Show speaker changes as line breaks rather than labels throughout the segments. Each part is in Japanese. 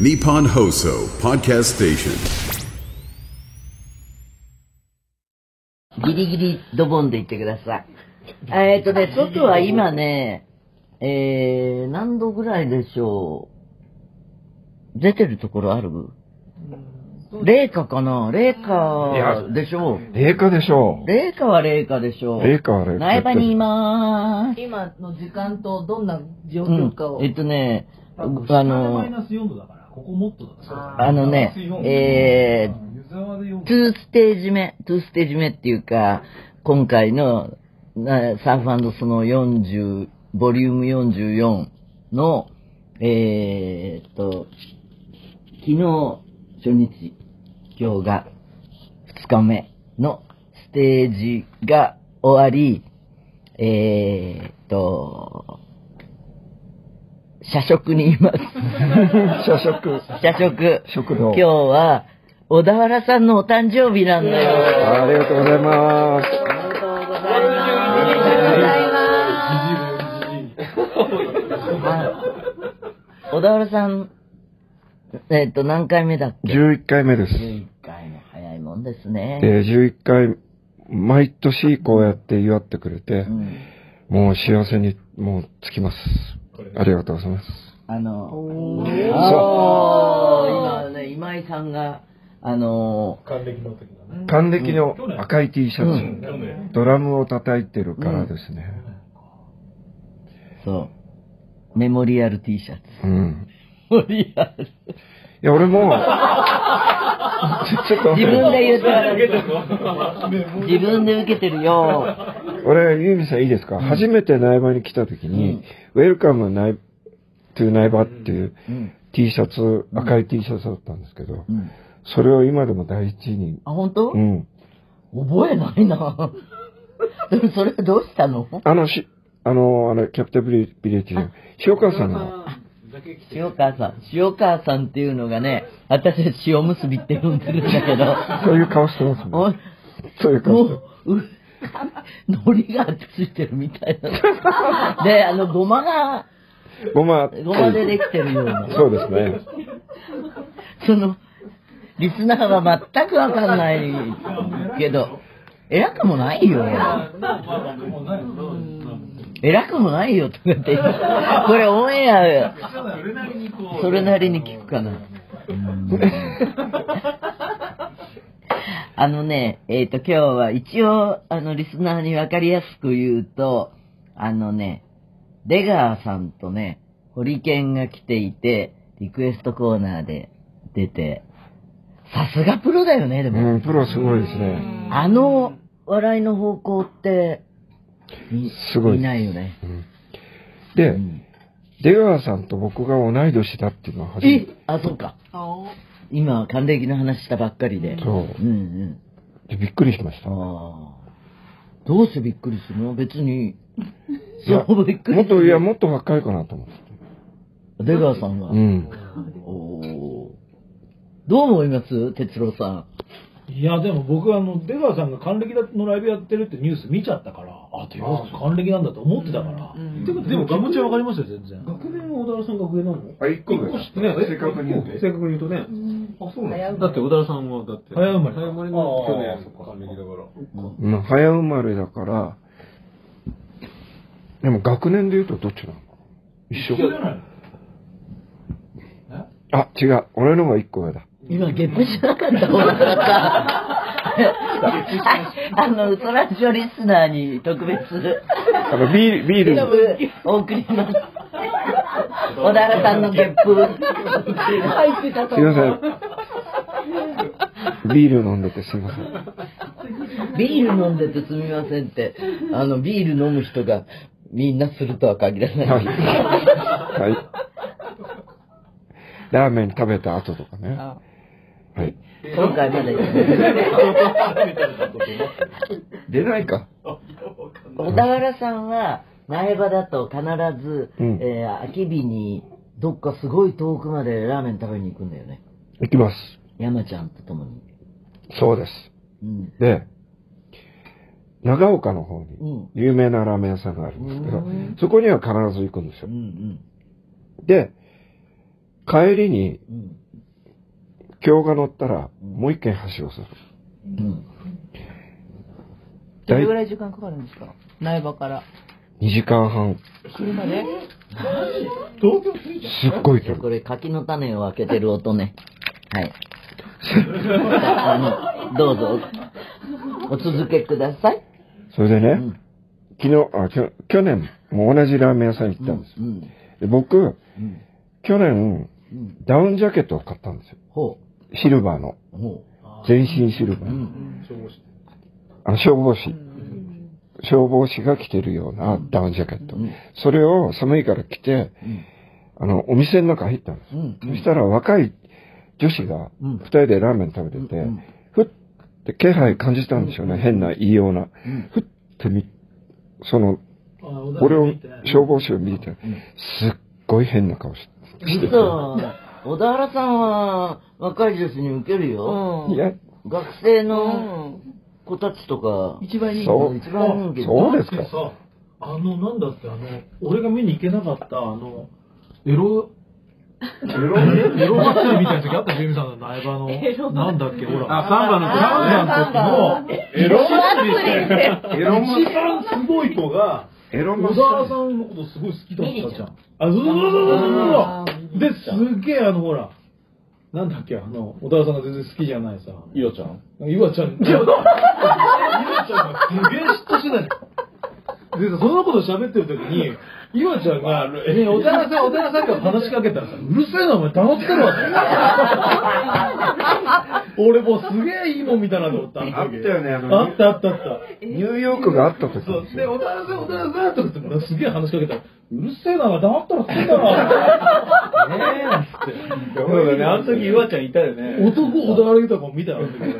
Nippon Hoso Podcast Station.
ギリギリドボンで言ってください。えーっとね、外は今ね、えー、何度ぐらいでしょう。出てるところある冷夏かな冷夏でしょう。
冷夏でしょう。
冷夏は冷夏でしょう。
冷夏は冷夏
苗場にいまーす。
今の時間とどんな状
う
況
ん
かを。。
えっとね、あ
あの、マイ
の、
ナス4度だから、ここもっとだから。
あのね、えー、
湯沢で4度。
2ステージ目、2ステージ目っていうか、今回のなサーフスノー40、ボリューム44の、えーっと、昨日、初日、今日が2日目のステージが終わり、えーっと、社食にいます。
社食。
社食。
食堂
今日は、小田原さんのお誕生日なんだよ。
ありがとうございます。
おめでとうございます。 小田原さん、えっ、と、何回目だっけ
11回目です。
11回も早いもんですね。
で、11回、毎年こうやって祝ってくれて、
うん
もう幸せに、もうつきます。ありがとうございます。
あの、
お
そう
ー
今ね、今井さんが、あの
還暦の時だね。
還暦の赤い T シャツ、
うん
去年。
ドラムを叩いてるからですね。
そう、メモリアル T シャツ。
うん。
メモリアル。
いや、俺 も、ちょっと、
自分で言ってられる。
ね
自分で受けてるよ。
俺、ユーミンさんいいですか、初めて内場に来た時に、ウェルカムナイ、トゥナイバっていう
うん
T シャツ、赤い T シャツだったんですけど、
うん
それを今でも第一に、
あ、本当？
うん。
覚えないな。 でもそれはどうしたの
あのし、あの、あの、キャプテンビレッジの、塩川さんが、
塩川さん。塩川さんっていうのがね、私たち塩結びって呼んでるんだけど、
そういう顔してますね。
おい
そういう
も
顔して
う、う、海苔がついてるみたいな。で、あの、ごまが、
ます。ごま、
ごまでできてるような。
そうですね。
その、リスナーは全くわかんないけど、偉くもないよ。偉くもないよとかって言って、これオンエア、それなりに聞くかな。あのね、えっ、と、今日は一応、あの、リスナーにわかりやすく言うと、あのね、出川さんとね、ホリケンが来ていて、リクエストコーナーで出て、さすがプロだよね、でも。
うん、プロすごいですね。
あの笑いの方向って、い
すごい
いないよね。
で、出川さんと僕が同い年だっていうのは初め
え
て。
あ、そうか。今、還暦の話したばっかりで。
そ
うんうん。
う。でびっくりしました。
ああ。どうしてびっくりするの別に。
いや、
そう、びっく
も
り
っ
する。
と、いや、もっと若いかなと思って。
出川さんが。
うん。
おーどう思います哲郎さん。
いや、でも僕、あの、出川さんが還暦のライブやってるってニュース見ちゃったから、あ、出川さん還暦なんだと思ってたから。でも、でも、ガムちゃんわかりますよ、全然。学年は小田原さん学年なの
あ、一個
一個知ってね
正確に言うとね
正確に言うとね。あ、そうなん
早
だ。
う
だって小田原さんはだって
早生まれ。
早生まれ
あ
の
あ
去年還暦だから
まあ、早生まれだから、でも学年で言うとどっちなの一緒
一緒じゃないの
あ、違う。俺の方が一個上だ。
今、ゲップしなかった方がさん。 あの、ウソラジオリスナーに特別。
あの、ビール、ビールに。
お送りします。小田原さんのゲップ。入ってた
すいませ ん。ビール飲んでてすいません。
ビール飲んでてすみませんって、あの、ビール飲む人がみんなするとは限ら
はい。
ない。
はい。ラーメン食べた後とかね。
あ
はい。
今回まで。
出ないか。
小田原さんは、苗場だと必ず、
うん
えー秋日にどっかすごい遠くまでラーメン食べに行くんだよね。
行きます。
山ちゃんと共に。
そうです。
うん。
で、長岡の方
うん
に有名なラーメン屋さんがあるんですけど、そこには必ず行くんです
うん
よ
う。ん。
で、帰りに
うん。
今日が乗ったら、もう一軒橋をする。
どれぐらい時間かかるんですか苗場から。
2時間半。
車で
東京着い
すっごい距
こ
離。
れ柿の種を開けてる音ねはいあのどうぞお続けください、
それでね、
ん
昨日、あ、きょ去年も同じラーメン屋さんに行ったんです。
うん、
で僕、去年、ダウンジャケットを買ったんですよ。
ほ
シルバーの。
うほ
全身シル
う、
バー
う
の。
ん、
あの消防士。消防士が着てるようなダウンジャケット。それを寒いから着て、あの、お店の中入ったんですよ。
うん
そしたら若い女子が
うん
二人でラーメン食べてて、ふって気配感じたんでしょうね。変な、異様な。ふってみ、その、俺を、消防士を見て、すっごい変な顔して。
実は小田原さんは若い女子に受けるよ、
う
いや、
学生
う
の
ん。
子たちとか、
一番いい。
そう、
一番人気
そうです
だ
か
って。さ、あの、なんだって、あの、俺が見に行けなかった、あの、エロ、エロ、エロ祭りみたいな時あった、ジェミさんの苗場の、なんだっけ、ほら。
あ、サンバ
なんだ
の時
っけ、もう、エロ祭りエロ祭り一番すごい子が、
エロマ
小
ッ
田原
サ
さ
ー
んのことすごい好きだったじゃん。あ、そうそうそうそうそう。で、すげえ、あの、ほら、なんだっけ、あの、小田原さんが全然好きじゃないさ。
イオちゃん
岩ちゃん、岩ちゃんがすげえ嫉妬してない。でさそんなこと喋ってる時に、岩ちゃん が、ね、小田原さん、小田原さんから話しかけたらさ、うるせえな、お前黙ってろって。 俺もうすげえいいもん見たなと思った。あ
あったよねあの
あったあったあった。
ニューヨークがあった時
そう、で、小田原さん、小田原さんとかって、俺すげえ話しかけたら、うるせえな、黙ったらすんだ ろ。ねえ、つって。
そうだね、あの時岩ちゃんいたよね。
男小田原豊も見たな、みたいな。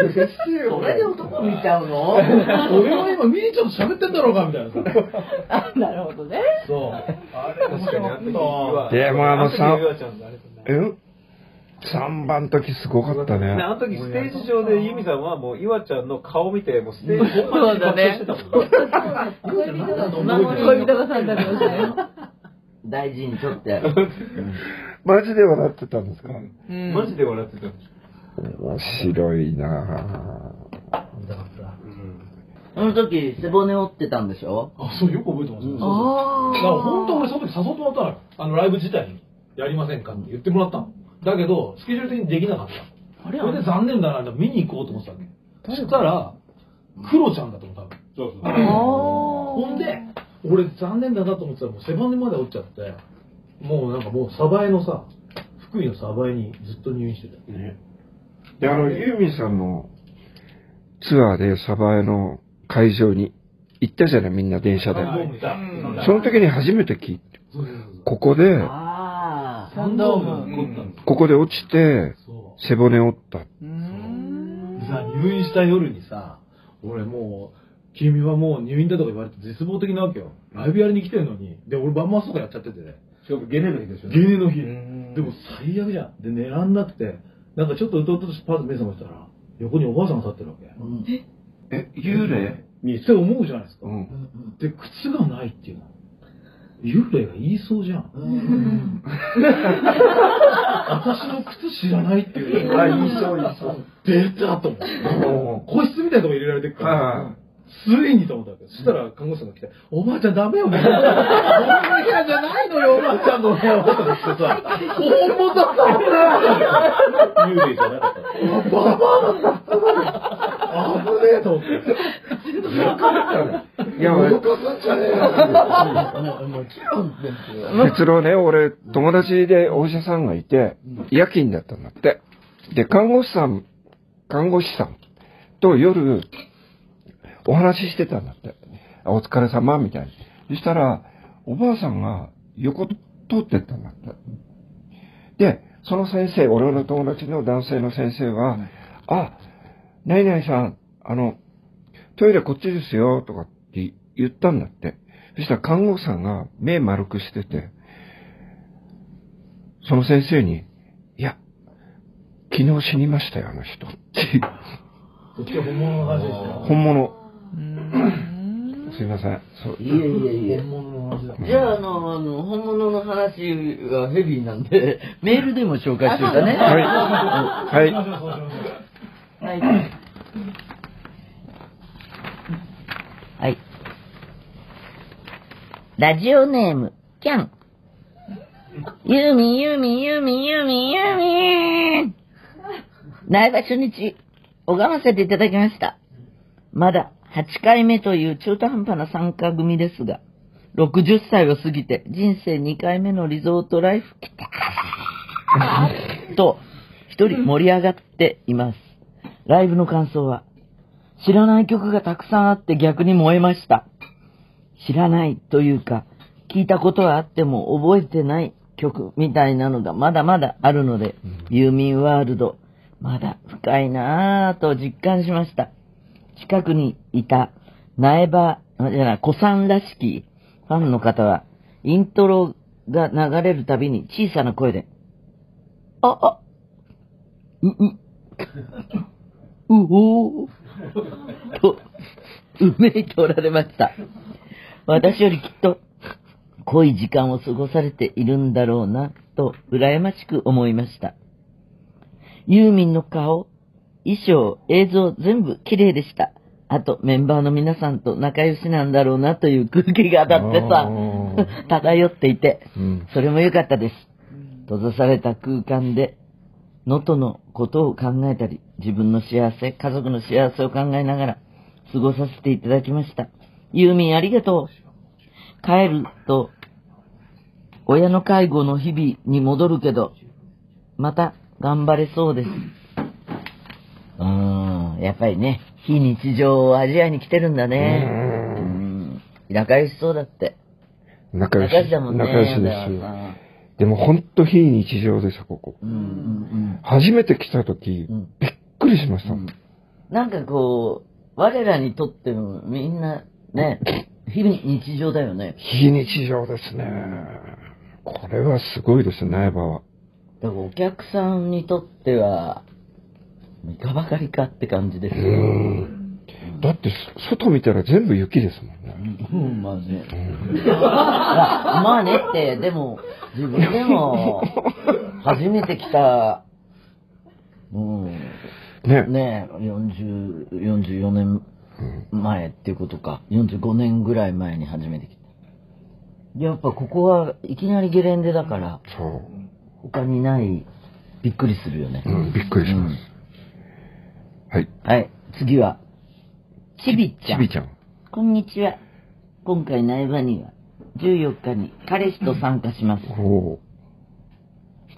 それで男見ちゃうの
俺は今、ミニちゃんと喋ってんだろうかみたいなさ。
あなるほどね。
そう。あれ、確かにあった
ででもあのさ
あの時岩ちゃんとあれだ
え
ね
三番の時すごかったね
ね。あの時ステージ上でユミさんはもう岩ちゃんの顔見て、もうステージ上
そうだね
してたもんね。
恋人がさんだけどね。
大事にとってある
マジで笑ってたんですか面
うん
マジで笑ってた。
白いな
あの時背骨折ってたんでしょ
あ、そう、よく覚えてますね。そうそう
あ
だから本当俺その時誘ってもらったのよ。あの、ライブ自体に、やりませんかって言ってもらったの。だけど、スケジュール的にできなかった。あれそれで残念だなって見に行こうと思ってたわけ。そしたら、クロちゃんだと思ったわけ。
そうそう。
あ。
ほんで、俺残念だなと思ってたら、もう背骨まで折っちゃって、もうなんかもう、サバエのさ、福井のサバエにずっと入院してた。
で、あの、ユーミンさんのツアーでサバエの会場に行ったじゃない、みんな電車で。
ドームにさ
その時に初めて聞いて、ここで、
あ
サンドームに残ったんですよ
ここで落ちて、
そう。
背骨折った。
でさ入院した夜にさ俺もう君はもう入院だとか言われて絶望的なわけよライブやりに来てるのにで俺バンマスとかやっちゃっててね
しかもゲネの日でしょ。
芸人の日
ん
でも最悪じゃんで寝らんなくてなんかちょっとうとうとしてパッと目覚ましたら横におばあさんが立ってるわけ、
え、幽霊
って思うじゃないですか、
うん。
で靴がないっていうの幽霊が言いそうじゃん、 私の靴知らないっていう
あ、言いそう、言いそう。
出たと思って個室みたいなとこ入れられてるから、
はいはい
ついにと思ったわけ。そしたら、看護師さんが来て、おばあちゃんダメよ、おばあちゃん。おばあちゃんじゃないのよ、おばあちゃんの部屋は。とか言ってさ、本物だったよ
幽霊じゃなかった。
ババアだった危ねえと思って。
いや、俺
あもちろんですよ
結論ね、俺、友達でお医者さんがいて、夜勤だったんだって。で、看護師さん、看護師さんと夜、お話ししてたんだって。あお疲れ様、みたいに。そしたら、おばあさんが横通ってったんだって。で、その先生、俺の友達の男性の先生は、あ、何々さん、あの、トイレこっちですよ、とかって言ったんだって。そしたら看護婦さんが目丸くしてて、その先生に、いや、昨日死にましたよ、あの人。っていう
こっちは本物の話ですよ。
本物。すいません。そう
いやいやいや
本。物の話だ。
じゃあ、あの、あの、本物の話はヘビーなんで、メールでも紹介していたね。
はい。
そ
は
うしましょうそうしましょう
はい。
はい。ラジオネーム、キャン。ユーミン、ユーミン、ユーミン、ユーミン、ユーミン苗場初日、拝ませていただきました。まだ8回目という中途半端な参加組ですが、60歳を過ぎて人生2回目のリゾートライフ来たーと、一人盛り上がっています。ライブの感想は、知らない曲がたくさんあって逆に燃えました。知らないというか、聞いたことはあっても覚えてない曲みたいなのがまだまだあるので、ユーミンワールド、まだ深いなぁと実感しました。近くにいた苗場、あじゃない、子さんらしきファンの方は、イントロが流れるたびに小さな声で、あ、あ、う、う、 うおー。と、うめいておられました。私よりきっと、濃い時間を過ごされているんだろうな、と、羨ましく思いました。ユーミンの顔、衣装、映像、全部綺麗でした。あと、メンバーの皆さんと仲良しなんだろうな、という空気が当たってさ
お、
漂っていて、
い。うん。
それも良かったです。閉ざされた空間で、能登のことを考えたり、自分の幸せ、家族の幸せを考えながら過ごさせていただきました。ユーミンありがとう。帰ると、親の介護の日々に戻るけど、また頑張れそうです。うーん、やっぱりね、非日常をアジアに来てるんだね。うん。仲良しそうだって。
仲良
仲良し
し。
だもんね。
仲良しで
小田
す。
はさ
でも本当非日常でした、ここ。
うんうん
初めて来た時、
うんうん
びっくりしました。
なんかこう、我らにとってもみんな ね、日々日常だよね。
非日常ですね。これはすごいですね、苗場は。
だからお客さんにとっては、いかばかりかって感じですよ。
だって、外見たら全部雪ですもんね。
うん、まあね。まあねって、でも、自分でも、初めて来た、うん、
ね。
ねえ、40 44年前っていうことか、45年ぐらい前に初めて来た。やっぱここはいきなりゲレンデだから、
そ
他にない、びっくりするよね。
う。うん、びっくりします。はい。
はい、次は、ちびち
ち
ゃん
び。ちゃん。
こんにちは。今回苗場には、14日に彼氏と参加します。
おー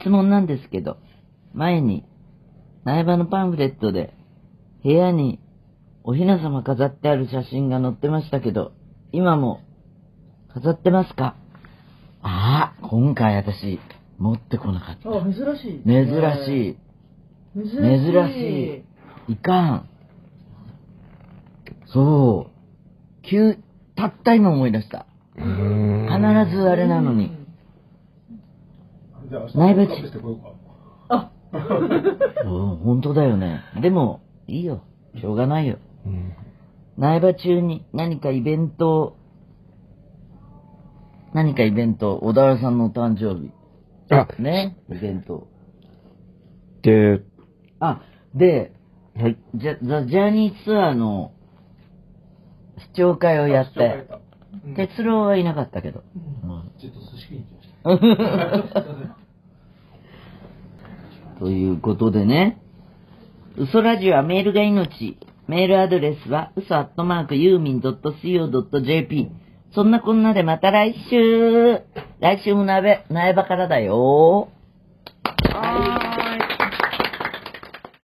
質問なんですけど、前に、苗場のパンフレットで、部屋にお雛様飾ってある写真が載ってましたけど、今も飾ってますかああ、今回私、持ってこなかった。
あ、珍しい。
珍し
珍し
い。珍しい。いかん。そう。急、たった今思い出した。
うーん。
必ずあれなのに。
じゃあ明日
内部地
カップしてこようか
うん、本当だよね。でも、いいよ。しょうがないよ。
うん
苗場中に何かイベントを、何かイベント、小田原さんのお誕生日。
あ、
ね。イベント。
で、
あ、で、
はい。
じゃ、ザ・ジャーニーツアーの、視聴会をやっ
明日帰
て
た、うん
哲郎はいなかったけど。うん
ちょっと寿司食いに行きました。
ということでね、嘘ラジオはメールが命。メールアドレスは、嘘アットマークユーミン .co.jp。そんなこんなでまた来週来週もなべ、苗場からだよ。
い。